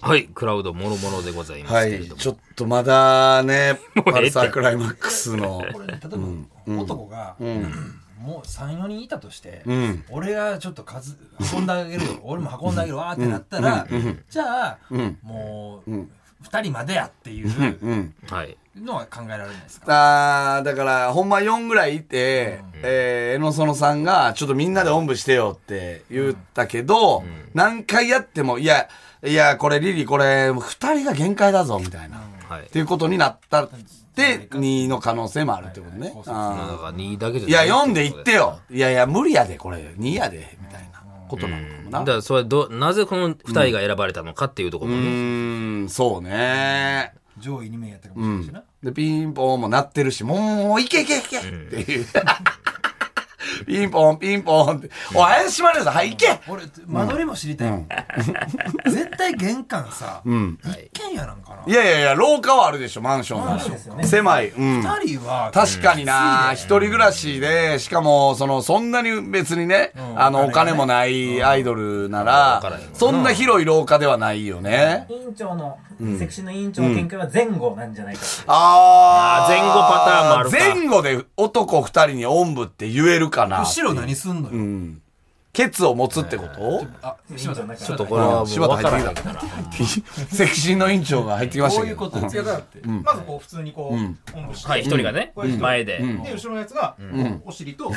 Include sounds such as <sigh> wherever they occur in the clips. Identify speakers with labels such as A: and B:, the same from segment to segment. A: はい、クラウドもろもろでございま
B: は
A: すけれ
B: い、
A: ども。
B: ちょっとまだ
A: <laughs>
B: ね、
A: ええって
B: パルサークライマック
A: <laughs>
B: スの。
C: これね例えば男が、もう34人いたとして、
B: ん
C: 俺がちょっと数運んであげるよ俺も運んであげるわーってなったら、じゃあ、もう、2人までやっていう
B: うん。
A: はい。
C: のは考えられないですか、
B: あーだから、ほんま4ぐらいいて、えー、江野園さんが、ちょっとみんなでおんぶしてよって言ったけど、何回やっても、いや、いや、これリリー、これ、二人が限界だぞ、みたいな。
A: はい。
B: っていうことになったって、2の可能性もあるってことね。
A: まあ
B: あ
A: だから2だけじ
B: ー
A: ゃ
B: いや、4でいって
A: よ。
B: よ。いやいや、無理やで、これ、2やで、みたいなことなのかもな。
A: だからそれど、なぜこの2人が選ばれたのかっていうところ
B: う
A: もね。
B: ーん、そうね。
C: 上位2名やったかもしれないしな、
B: で、ピンポンも鳴ってるし、もう、いけいけいけっていう。 <laughs> ピンポン、ピンポンって。おい、怪しまれるぞ、はい、いけ
C: 俺間取りも知りたい、絶対玄関さ、一軒家なんかない
B: やいやいや、廊下はあるでしょ、マンション
C: マ
B: は
C: ンションですよ。ね
B: 狭い。うん。
C: 2人は
B: 確かにな、一人暮らしで、しかも、その、そんなに別にね、
C: ん
B: あの、お金もないアイドルなら
A: うんわからへんもん、な
B: そんな広い廊下ではないよね。
D: 委員長の、セクシーの委員長の見解は前後なんじゃないかって
B: あ
A: あー
B: ー。
A: 前後パターンもあるか
B: 前後で男二人におんぶって言えるかな。
C: 後ろ何すんのよ、
B: ケツを持つってこと
C: あ柴田
A: ちょ
C: 柴田
A: っとこれはもう
B: 柴田
A: 分
B: 入っ
A: か
B: て
A: ら
B: き
A: へん
B: たからセクシーの委員長が入ってきました
C: こう
B: け
C: いう
B: ど
C: こと
E: いやだってまずこう普通にこうおんぶして
A: はい、1人がね、前で。
E: で後ろのやつがお尻と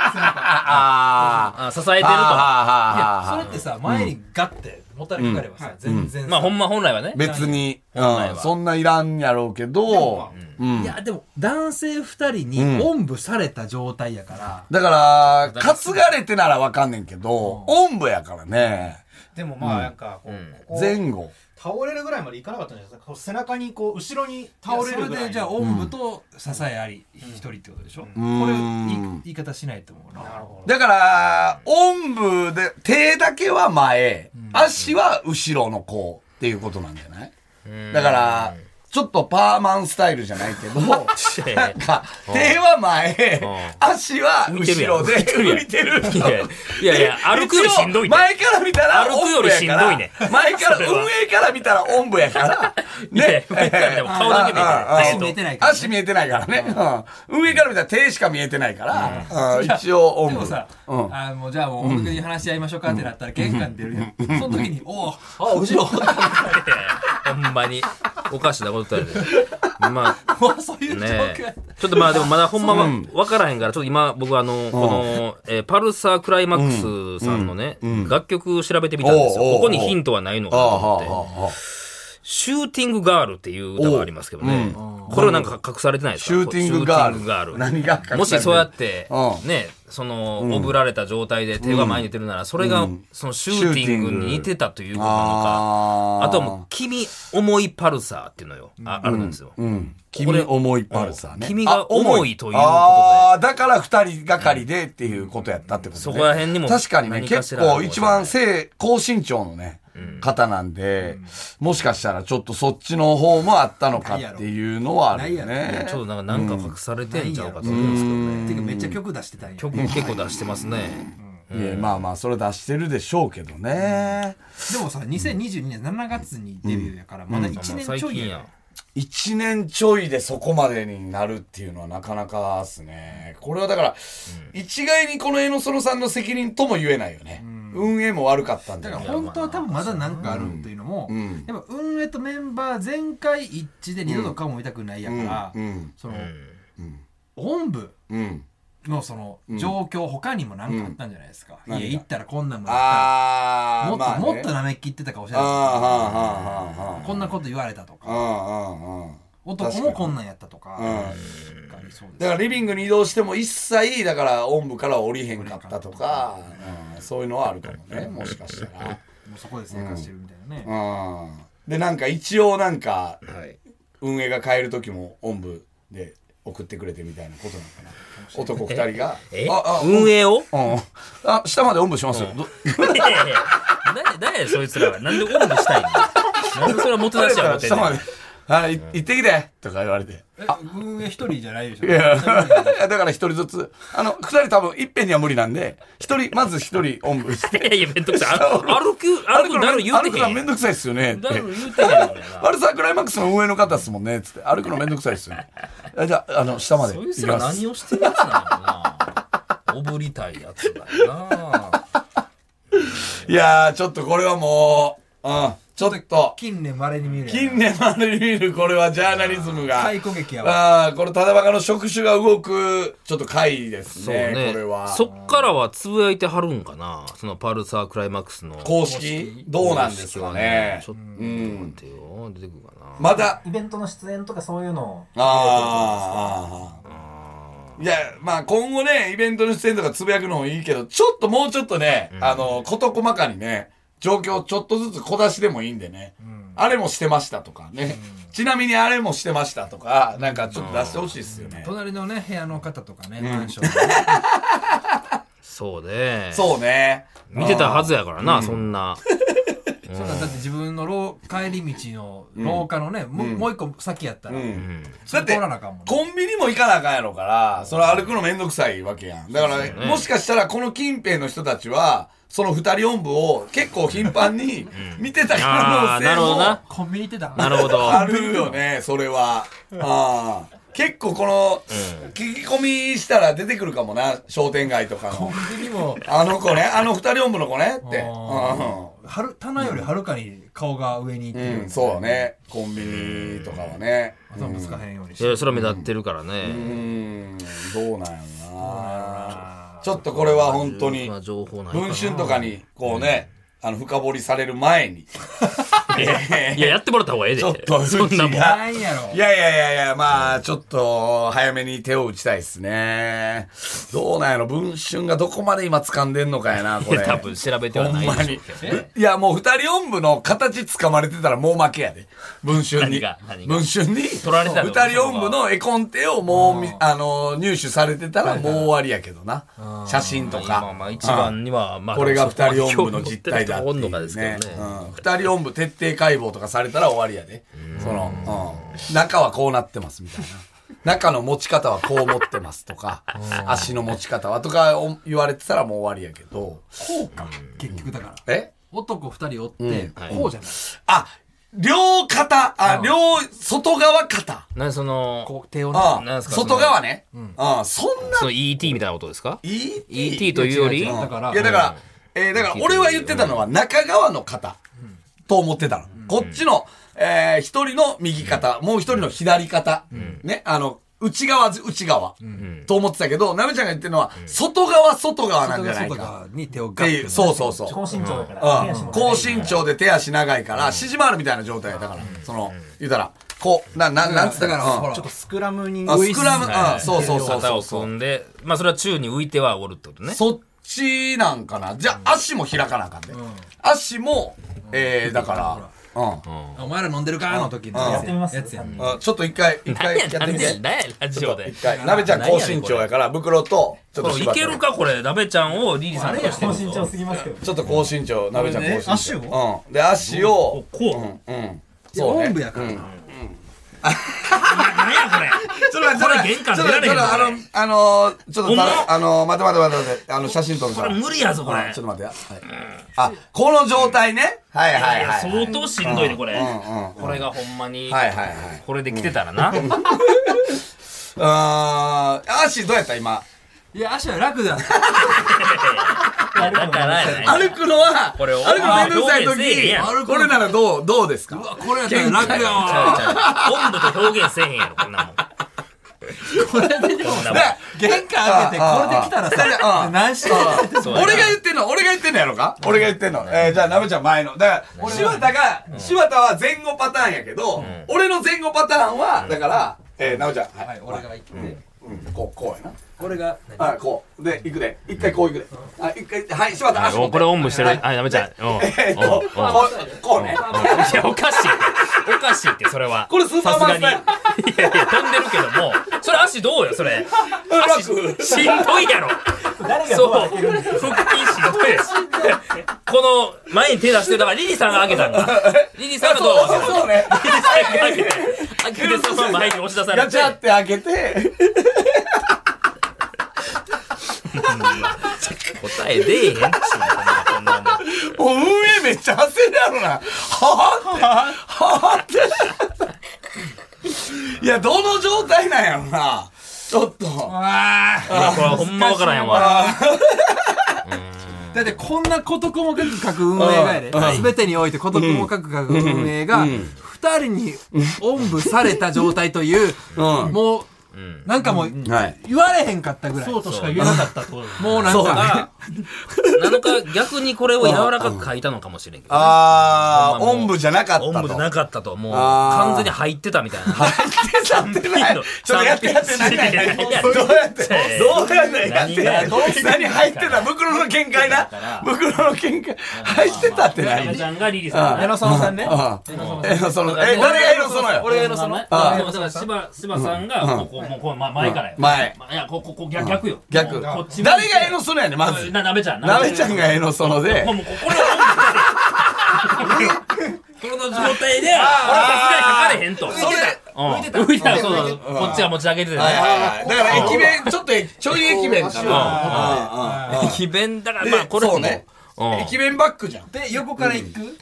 B: あー
A: あ支えてると。
B: あ
C: そ
B: ーはーはーは
C: れ
B: ー
C: ってさ前にガッてもたれかかればさ、全然さ、
A: まあほんま本来はね。
B: 別に、う
A: 本来は
B: ん、そんないらんやろうけど、うん
C: いやでも男性2人におんぶされた状態やから、
B: だから、担がれてならわかんねんけど、おんぶやからね、
E: でもまあなんかこうここ
B: 前後。
E: 倒れるぐらいまでいかなかったんじゃないですかこう背中にこう後ろに
C: 倒
E: 倒
C: れ
E: れ
C: る
E: るぐ
C: ぐら
E: らい
C: いそれでじゃあおんぶと支えあり一人ってことでしょ、これい言い方しないと思うな
E: なるほど
B: だから、おんぶで、手だけは前、足は後ろの子っていうことなんじゃないだから、ちょっとパーマンスタイルじゃないけ
A: <laughs>
B: ど、なんか、手は前
A: う、
B: 足は
A: 浮いてる
B: 後
A: やん
B: ろで浮いてる。
A: いやいやいや、歩くよりしんどい
B: 一
A: ね
B: 応。前から見たら、
A: 歩くよりしんどいね
B: おぶやから前から、運営から見たら、おんぶやから。
A: いやいや上から見たら顔だけ見えてる
B: ああああ
C: 足見えてないから、ね、
B: 足見えてないからね。うん上から見たら手しか見えてないから、うん一応、おん
C: でも
B: ぶ。
C: さ、
B: うん
C: あもうじゃあもう本当に話し合いましょうかってなったら玄関出るやん、その時に「おおあ後
A: <laughs>
C: ろ」
A: ほんまに、おかしなことだよね。まあ、
C: もうそういう状況
A: ね
C: やっ
A: ちょっとまあでもまだほんまは分からへんから、ちょっと今僕あの、この、えーパルサークライマックスさんのね、楽曲調べてみたんですよ。
B: おうおうおう
A: ここにヒントはないのか
B: あ
A: な
B: あ
A: と
B: あ
A: 思って。
B: あああ
A: シューティングガールっていう歌がありますけどね。これはなんか隠されてないですか
B: シューティングガール
A: シューティングガール。
B: 何が隠されてる
A: もしそうやって
B: う、ん
A: ね、その、おぶられた状態で手が前に出るなら、それが、そのシューティングに似てたということなのか。
B: あ
A: あとはもう、君思いパルサーっていうのよ。ああるんですよ。
B: うん。君重いパルサーね。
A: うん君が
B: あ重
A: 重いということで
B: ああ、だから二人がかりでっていうことやったってことね。
A: そこら辺にも
B: 確かにね、
A: 何かし
B: 結
A: らの
B: 構一番背、高身長のね、方なんで、もしかしたらちょっとそっちの方もあったのかっていうのはあるよ
C: ない
B: ね
A: ち。ょっとなんかなんか隠されてんちゃうかと思うんですけどね。
C: ていうかめっちゃ曲出してたんや
A: 曲結構出してますね。
B: いや、まあまあ、それ出してるでしょうけどね。
C: でもさ2022年7月にデビューやからまだ1年
A: 最
C: ちょい
A: 近
C: やん
A: や。
B: 一年ちょいでそこまでになるっていうのはなかなかですね。これはだから、一概にこの江野園さんの責任とも言えないよね。運営も悪かったんだ
C: だ
B: よ
C: から
B: ね。
C: 本当は多分まだ何かあるっていうのも、
B: ん
C: やっぱ運営とメンバー全会一致で二度と顔も見たくないやから、
B: うん。
C: その、おんぶ
B: うん。
C: のその状況他にも何かあったんじゃないですか、
B: うん
C: 家行ったらこんなんもあった
B: あー
C: もっと、
B: まあね
C: もっとなめきってたかもしれ
B: あーは
C: ない
B: ーはーはーはー
C: こんなこと言われたとか
B: あーあーあー
C: 男もこんなんやったとか
B: う
C: がありそうです
B: だからリビングに移動しても一切だからおんぶから降りへんかったとか、うんそういうのはあるかもねもしかしたら。
C: もうそこで生活してるみたいなね、
B: うんでなんか一応なんか
A: はい。
B: 運営が変える時もおんぶで送ってくれてみたいなことなのかな <laughs> 男二人が「
A: え
B: ああ
A: 運営 <laughs> を
B: うんあ下までおんぶしますよ」ど
A: いやいや <laughs> いや誰誰やそいつらは。なんでオンブしたいんだなんでそれは元出しや
B: 誰
A: 思
B: か
A: っ
B: ら
A: てんね
B: <laughs> 下
A: ん
B: まであい行ってきてとか言われて。
C: え運営一人じゃ
A: <laughs>
C: ないでしょ
B: いや、だから一人ずつ。あの、二人多分、いっぺんには無理なんで、一人、まず一人、おんぶして。
A: いやいや、めんどくさい。あ歩く、 <laughs> 歩くなる言うて
B: 歩く
A: へ
B: の
A: ん
B: め
A: やん。
B: んどくさいっすよね。って
A: なる言うてへんやん俺ら。
B: パルサークライマックスの運営の方っすもんね、つって。歩くのめんどくさいっすよね。あじゃあ、あの、下まで
A: そ
B: 行
A: いつ
B: き
A: ら
B: ます
A: 何。をしてるやつなのかな。おぶりたいやつだよな。
B: いやー、ちょっとこれはもう、うん、ちょっと、
C: 近年まれに見るやん
B: 近年まで見るこれはジャーナリズムが。
C: 太鼓劇やわ
B: ああ、これ、ただばかの触手が動く、ちょっと回です
A: そう
B: ね、
A: <laughs> ね
B: これは。
A: そっからはつぶやいてはるんかなそのパルサークライマックスの
B: 公式どうなんですかね
A: ちょ。っと待ってよ出てくるかな
B: また、
D: イベントの出演とかそういうのを
B: ああ。いや、まあ今後ね、イベントの出演とかつぶやくのもいいけど、ちょっともうちょっとね、あの、事細かにね、状況をちょっとずつ小出しでもいいんでね、あれもしてましたとかね、ちなみにあれもしてましたとか、なんかちょっと出してほしいですよね。
C: 隣のね部屋の方とかねマンションのね
A: そうね
B: そうね。
A: 見てたはずやからなそんな
C: そんなだって自分の廊帰り道の廊下のねもうもう一個先やったら
B: うん
C: それ
B: だって
C: 通らなあかんもんね
B: コンビニも行かなあかんやろから、それ歩くのめんどくさいわけやん。だから、もしかしたらこの近辺の人たちは、その二人音部を結構頻繁に見てた
A: あ
B: 可
A: あなるほど
B: 能
A: な
C: コンビニ行ってた
A: なるほど
B: <laughs> 性もあるよね、それは。ああ結構この、聞き込みしたら出てくるかもな、商店街とか
C: コ
B: の。
C: ンビニも
B: あの子ね、あの二人音部の子ねって。
C: あはる棚よりはるかに顔が上にいって
B: うん、
C: る
B: うん、そうね。コンビニとかはね。
C: 頭ぶつかへんようにし
A: い
C: て
A: やそれは目立ってるから
B: う
A: ね
B: ん、どうなんやろな。ちょっとこれは本当に。
A: まあ情報ない
B: 文春
A: か
B: とかに、こうね、あの、深掘りされる前
A: <laughs>
B: に。
A: ないややってもらった方がええで
B: <laughs> ちょっと
A: そんなも
B: うち
A: ん
B: が
C: なんやろ
B: いやいやいやいや、まあ、ちょっと、早めに手を打ちたいですね。どうなんやろ、文春がどこまで今掴んでんのかやな、これ。
A: <laughs> 多分調べて
B: ほ
A: は
B: ん
A: ない
B: ま
A: で
B: に
A: しょうけどね。
B: いや、もう二人音部の形掴まれてたらもう負けやで。文春
A: 何
B: に
A: が何。が
B: 文春に。
A: 取られてたの
B: 二人音部の絵コンテをもうみ、あの、入手されてたらもう終わりやけどな。写真とか。
A: まあまあ一番にはまあ
B: これが二人音部の実態だって
A: 興味持ってる
B: い
A: 人がおん
B: う
A: のかですけど
B: ね
A: ね
B: うん二人音部徹底解剖とかされたら終わりやでその、うん中はこうなってますみたいな中の持ち方はこう持ってますとか足の持ち方はとかお言われてたらもう終わりやけど
C: こうか結局だから
B: え
C: 男二人おって
A: はい
C: こうじゃない
B: あ両肩あ両外側肩
A: 何その
C: こう手をね
B: あ
A: なんすか
B: 外側ねあそんな
A: その ET みたいなことですか
B: ET
A: ET というより
C: 違う違う違うだから
B: いやだから、えーだから俺は言ってたのは中側の肩と思ってたの。こっちの、えー一人の右肩、もう一人の左肩、ね、あの、内側ず、内側、と思ってたけど、なめちゃんが言ってるのは、外側、外側なん
C: 外
B: じゃない
C: 外
B: か。
C: 側に手を
B: って
C: ガ
B: いう、
C: ッ
B: そうそうそう。
D: 高身長だから、手足
B: うん
D: も
B: 高
D: 長い
B: 身長で手足長いから、シジマールみたいな状態だから、その、言うたら、こう、な、な、なんつった
C: だ
B: か
C: から
B: な、
C: ほ
B: う
C: ら
B: ん
C: ち
E: ち
C: ょ
E: ょ
C: っ
E: っと
C: と
E: スクラムに
B: あスクラム、
A: は
B: うん、
A: い
B: そうそうそう
A: 肩
B: そ
A: を
B: うそう
A: 組。んでまあそれは宙に浮いてはおるってことね
B: そっちなんかな。じゃあ、足も開かなあかんね。足も、えー、だから、うん。
C: お前ら飲んでるかの時の
D: やってみます
C: やつやん
B: あちょっと一回、一
A: <laughs> 何
B: 回や
A: や
B: って
A: 何
B: み
A: や
B: て。
A: 何やラジオで
B: 一回。なべちゃん高身長やから、袋と、ちょっ
A: ことれい
B: 柴田
A: けるかこれなべちゃんをリリーさんとして
D: 高
A: る
D: 身
A: ぞ
D: 長すぎますけど
B: ちょっと高身長、なべちゃん高身長。
E: 足
B: をうん。で、足を、
A: こ
B: うん、うん。そう
C: お
B: ね。
C: んぶやからな
A: 何やこれ
B: ちょっと待って
A: これ玄関
B: ちょっと待って
A: 出られへんわ
B: ちょっと待ってあの、あの、ちょっとた
A: ほんま
B: あの、待って待って待って待って、あの、写真撮るか
A: これ
B: ら。
A: 無理やぞこれ
B: あちょっと待ってやはい。あ、この状態ね。はいはいい
A: や
B: はい。
A: 相当しんどいねこれ
B: うんうん
A: これがほんまに
B: はいはいはい。
A: これで来てたらな
B: あー、足どうやった今。
C: いや足は楽だ
A: だからやない
B: 歩くのは、
A: これを
B: 歩くのめんどくさい
A: あー表現せえへんやん
B: 時、これならどう、どうですか
C: これやったら楽や
A: ち
C: わ
A: ゃうちゃう温度と表現せえへんやろこんなもん
C: これで
A: こんなもん
B: だ
C: 玄関開けてこれで来たら
B: ああ
C: さ何してんの
A: そうやな
B: 俺が言ってんの、俺が言ってんのやろか俺が言ってんの。えー、じゃあ、なべちゃん前の。だから、柴田が、柴田は前後パターンやけど、俺の前後パターンは、だから、えー、なべちゃん、は
C: はい
B: い、
C: 俺が行って
B: うんこう、こうや
C: 俺が
B: な。はい、こう。で、行くで。一回こう行くで。はい、一回、はい、柴田、足持って
A: これおんぶしてる
B: はい
A: はいなべちゃんうん
B: えーっと、
A: うん
B: こう、こうね。
A: いや、おかしいって。おかしいって、それは。
B: これスーパーマンスタイル
A: さすがにいやいや、飛んでるけども、それ足どうよ、それ。足、しん
B: 楽
A: どいやろ。
D: 誰がど
A: そうう。
D: 開ける
A: 腹
D: ん
A: 筋しんどいです。こ
B: <laughs>
A: の、前に手出してる、だから、リリさんが開けたんだ。リリさんがどう
B: そうそうね。
A: リリさんが開けて。前に押し出され
B: ガ
A: て
B: チャって開けて、
A: 答え出えへんっちゅうのこんなもん
B: もう運営めっちゃ焦るやろな。ははって、ははって。いや、どの状態なんやろな。ちょっ
A: い
B: と。
A: やこれはほんまわからへんわ
C: だってこんな事細かく書く運営がやで全てにおいて事細かく書く運営が二人におんぶされた状態という
B: うん。
C: もうなんかもう
B: はい。
C: 言われへんかったぐらい
E: そ
C: も
E: うとしか言えなかったってことだよね
C: うなん
A: だ
C: か
A: か
B: <laughs>
A: らなのか逆にこれを柔らかく書いたのかもしれんけどね
B: あー、
A: ほんまもう
B: おんぶじゃなかったと。
A: おんぶじゃなかったともう
B: あー
A: 完全に入ってたみたいな
B: 入ってたってない。ちょっとやってやってないないない。どうやって、どうやってやってない。何入ってた袋の見解な。袋の見解。入ってたって
F: 矢野
B: 何
F: ちゃんがリリースだ
C: 矢
F: ね
C: 野園さんね
B: ああ、え、その、え、誰がいるそのよ。
C: 俺が矢野園
F: だか
B: あ
F: ら柴柴さんがここもうこうま前からよ
B: 前
F: まいやこここ逆逆よ
B: 逆。
F: もうこっち向い
B: 誰
F: て
B: がえのそのやねん、まず。
F: ななべちゃん
B: なべちゃんがえのそので。
F: もうもうここれはこ
B: <laughs>
F: の状態でこれはさすがにかかれへんと
B: それ、
F: 浮いてた浮いてたそうそうこっちは持ち上げててね
B: はいはいはい。だから駅弁、ちょっとちょい駅弁かな。うんうんうん
A: 駅弁だからまあこれ
B: そ
A: も
B: うね
A: うん
B: 駅弁バッグじゃん。
C: で横から行く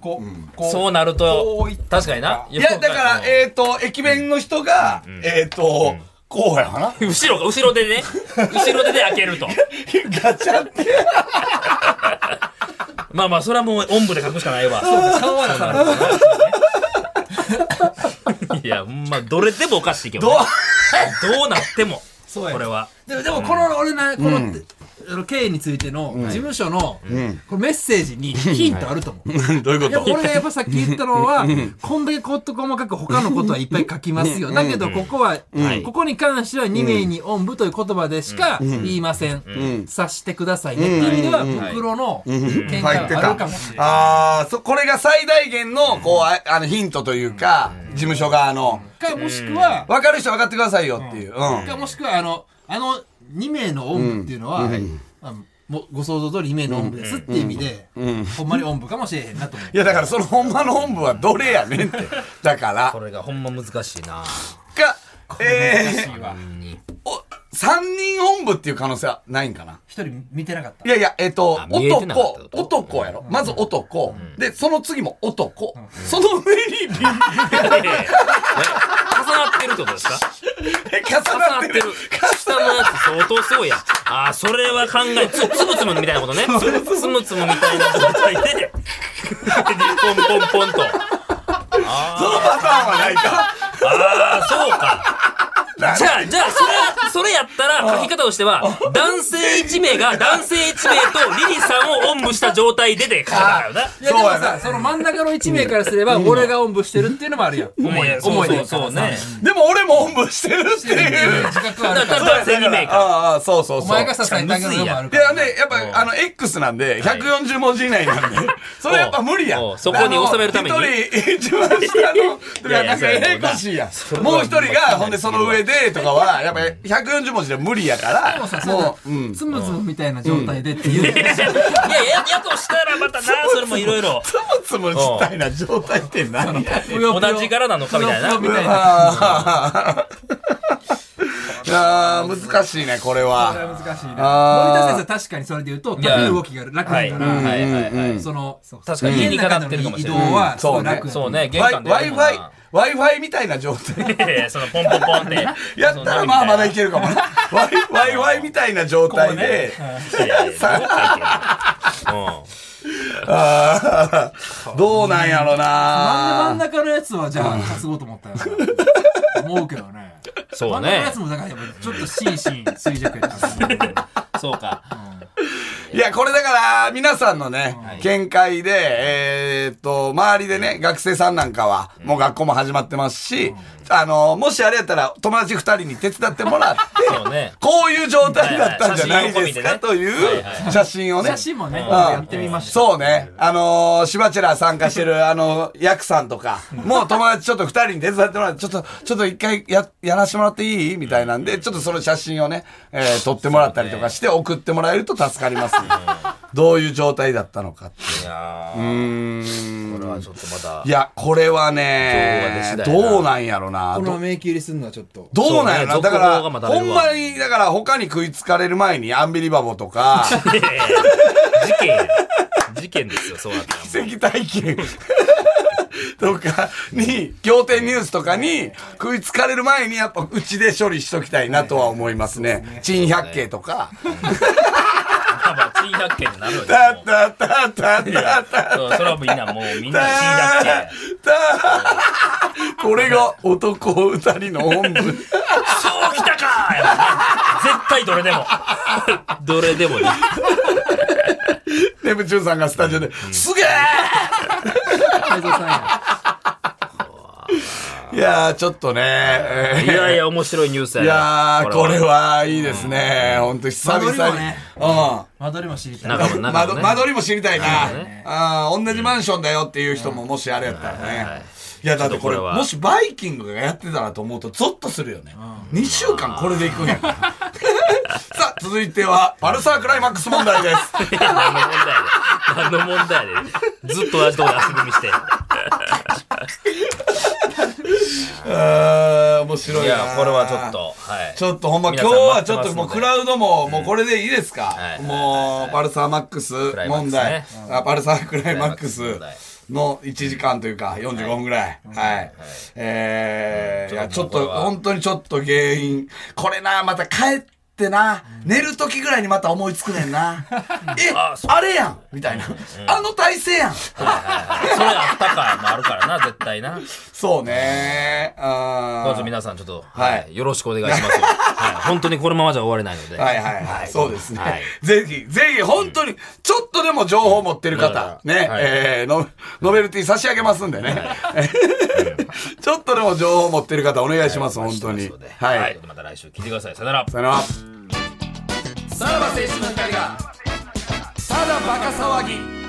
C: こうこ
A: そうなる
C: ことういっ
A: 確かにない
B: や、だから、えっと、駅弁の人が、えっと、こうやわな。
A: 後ろ後ろでね後ろ手で開けると
B: ガチャって。
A: <laughs> まあまあそれはもうおんぶで書くしかないわ
C: 顔はなさない
A: <laughs> いやほんまどれでもおかしいけど
B: どう
A: ねどうなっても
C: そうや
A: これは
C: でもでもこの俺なこのあの経緯についての事務所のこのメッセージにヒントあると思う
B: <laughs> どういうこ
C: やっぱ俺がやっぱさっき言ったのは、こんだけこと細かく他のことはいっぱい書きますよ。だけどここは、ここに関しては2名におんぶという言葉でしか言いません。察してくださいね。っていう意味では、袋の見解が
B: 入って
C: あ
B: た
C: るかもしれない。
B: ああ、そ、これが最大限の、こう、ああの、ヒントというか、事務所側の、
C: か、もしくは、
B: 分かる人は分かってくださいよっていう。うん。
C: かもしくは、あの、あの2名のおんぶっていうのは、あのもうご想像通り2名のおんぶですっていう意味で、ほんまにおんぶかもしれへんなと思う
B: い。や、だからそのほんまの本部はどれやねんって。だから、
A: これがほんま難しいな
B: か、えー、お、三人本部っていう可能性はないんかな
C: 一人見てなかった
B: い。やいや、えっ、と
A: あ、見えてなかったって
B: 男、
A: こと
B: 男やろ。まず男、で、その次も男、その上にビ
A: <laughs> い
B: ン、
A: やいやいや重なってるってことですか
B: 重
A: 重
B: な
A: な
B: っ
A: ってて
B: る
A: る。下のやつ相当そうやああそれは考えつつぶつむみたいなことねつつむつむみたいな状態でポンポンポンと
B: そのパターン
A: <laughs>
B: はないか。
A: ああ、そうか。じゃあ、じゃあ、それ、それやったら、書き方としては、男性1名が男性1名とリリさんをおんぶした状態でで書いたからな。
C: いやでも
B: そうや
C: さ、その真ん中の1名からすれば、俺がおんぶしてるっていうのもあるやん。
A: 思いや、そうそうそうね。
B: でも俺も本部してるって
A: <laughs>
B: いう。
C: 自覚はあ
A: だ
C: る
A: か
C: からら。
A: 男性2名か。
B: ああ、そうそうそう。
C: お前が支えたけどもある
B: い
C: か
B: や、
C: ら。
B: で、やっぱ、あの、X なんで、140文字以
A: <laughs>
B: 内なんで、それやっぱ無理や
A: おうおうそこに収めるために
B: あの一人、一番下の、と
A: <laughs> いやい
B: か、な
A: や
B: んか、ややこしいやん。もう一人が、ほんで、その上で、とかは、やっぱ、140文字で無理やから、
C: もうさ、そ
B: もう、
C: のつむつむみたいな状態でっていう。 <laughs>
A: いや、や、やとしたらまたな、それもいろいろ。
B: つむつむみたいな状態って何やねん。
C: ぷよ
A: 同
C: ぷよ
A: じ柄なのかみたいな。
C: ぷよぷよみたいな。
B: あ <laughs> あ、難しいね、
C: こ
B: これ
C: れは
B: は。
C: 難しいね。森
B: あー
C: 田先生は確かにそれで言うと、立て
A: や
C: る動きが楽
A: はい、
C: だ
A: は
C: か
A: い、は
C: ら、
A: いはい。
C: その、
A: 確かに
C: 家
A: 家
C: の
A: にかかってるかも
C: 移
A: しれ
C: 動
A: ない。
C: は、すごい
B: うん
C: 楽
A: そうね、玄関でやるもんな。
B: Wi-Fi、Wi-Fi みたいな状態。
A: いやいや <laughs> そのポンポンポンって。
B: やったらまあまだいけるかもね。ワイワイワイみたいな状態で。
A: いやいやどうかいけないうん
B: あーどうなんや
C: なん
B: ろ
C: で
B: な
C: 真ん中のやつは、じゃあ、担ごうと思った
A: <laughs>
C: の思うけどね。
A: そ
C: 真
A: うん
C: 中の
A: ね
C: やつ。も、だから、ちょっと心身衰弱やった。
A: そうか。
B: いや、これだから、皆さんのね、見解で、えーっと、周りでね、学生さんなんかは、もう学校も始まってますし、あの、もしあれやったら、友達二人に手伝ってもらって、
A: そうね。
B: こういう状態だったんじゃないですかとい
A: はいは
B: う
A: い写
B: 写真をね
C: 写。真もね、
B: ん
C: やってみました。
B: そうね。あのー、シバチェラー参加し
F: <laughs>
B: てる、あの、ヤクさんとか、もう友達ちょっと二人に手伝ってもらって、ちょっと、ちょっと一回や、やらしてもらっていいみたいなんで、ちょっとその写真をね、えー撮ってもらったりとかして送ってもらえると助かります
F: <laughs>
B: んどういう状態だったのかって。
F: いや
B: う
F: ー
B: ーん。
F: これはちょっとまだ
B: いや、これはね
F: 情報、が出次第やな
B: どうなんやろな。
G: この
B: ど
G: 迷宮入りするのはちょっと。
B: どうなんや
F: そ
B: ろな。
F: うね
B: だから、
F: 情報がまだ出
B: ほ
F: る
B: ん
F: わ
B: まに、だから他に食いつかれる前にアンビリバボ
F: <laughs>
B: とか、
A: いやいやいや事件や。事件ですよ、そうなったらもう。
B: 奇跡体験 <laughs> とかに、仰天ニュースとかに食いつかれる前にやっぱうちで処理しときたいなとは思いますね。珍百景とか、
A: まあまあ、珍百景になるよ。
B: た
A: もう
B: たたたたた
A: そうそれはみんなもうみんな珍百
B: た
A: 景。
B: たこれが男二人の本部。
A: そうきたかやもんね絶対どれでも。どれでもいい。
B: ネプチューンさんがスタジオで、すげえ
C: 太蔵さんや。
B: いやー、ちょっとね。えー
A: いやいや、面白いニュースや
B: い
A: な
B: やー、これ。はいいですね。ほんと、久々に。
G: 間取りもね
B: う
G: 間取りも知りたい。
A: 中も
B: <laughs> ん。
A: 中
B: 間
A: も、
B: 取
A: ね。
B: 間取りも知りたいな。
A: ね
B: あー同じマンションだよっていう人ももしあれやったら
A: はいはい
B: ね。いや、だってこれ、
A: ちょっとこれは
B: もしバイキングがやってたらと思うと、ゾッとするよね。2週間これでいくんやから。 <laughs> さあ、続いては、パルサークライマックス問題です。
A: いや何の問題で。何の問題で。ずっと同じとこで足踏みして。
B: あー、面白い
F: い
B: な。
F: やこれはちょっ。とはい
B: ちょっとほんま今
F: 皆
B: 日
F: さん
B: はちょっと
F: 待ってますので
B: もうクラウドももうこれでいいですか
F: はい
B: もうパルサーマックス
F: クライマッ
B: 問
F: クス
B: 題
F: ね
B: あパルサークライマックス
F: クライマック
B: の1時間というか45分ぐらいはいえーいやち
F: ち
B: ょ
F: ょ
B: っ
F: っともう
B: と
F: これは
B: 本当にちょっと原因これなまた帰ってな寝る時ぐらいにまた思いつくね
F: <laughs>
B: んなえあれやんみたいなあの体勢やん
F: それあったかもあるから
B: <laughs>
F: な絶対な
B: そうね
F: ど
B: あ
F: うぞ
B: ー
F: 皆さんちょっと、
B: はい
F: はい、よろしくお願いしますよ。
B: <laughs>
F: はい、本当にこのままじゃ終われないので。
B: はいはいはい。そうですね。
F: はい
B: ぜひ、ぜひ、本当に、ちょっとでも情報持ってる方、
F: うん
B: ね、
F: はい
B: えーの、ノベルティ差し上げますんでね。 <laughs> ちょっとでも情報持ってる方、お願いします、本当に。
F: は。
B: はいい。
F: はいまた来週聞いてください。さよなら。
B: さよなら。
F: さらば青春の光が、
B: ただバカ騒ぎ。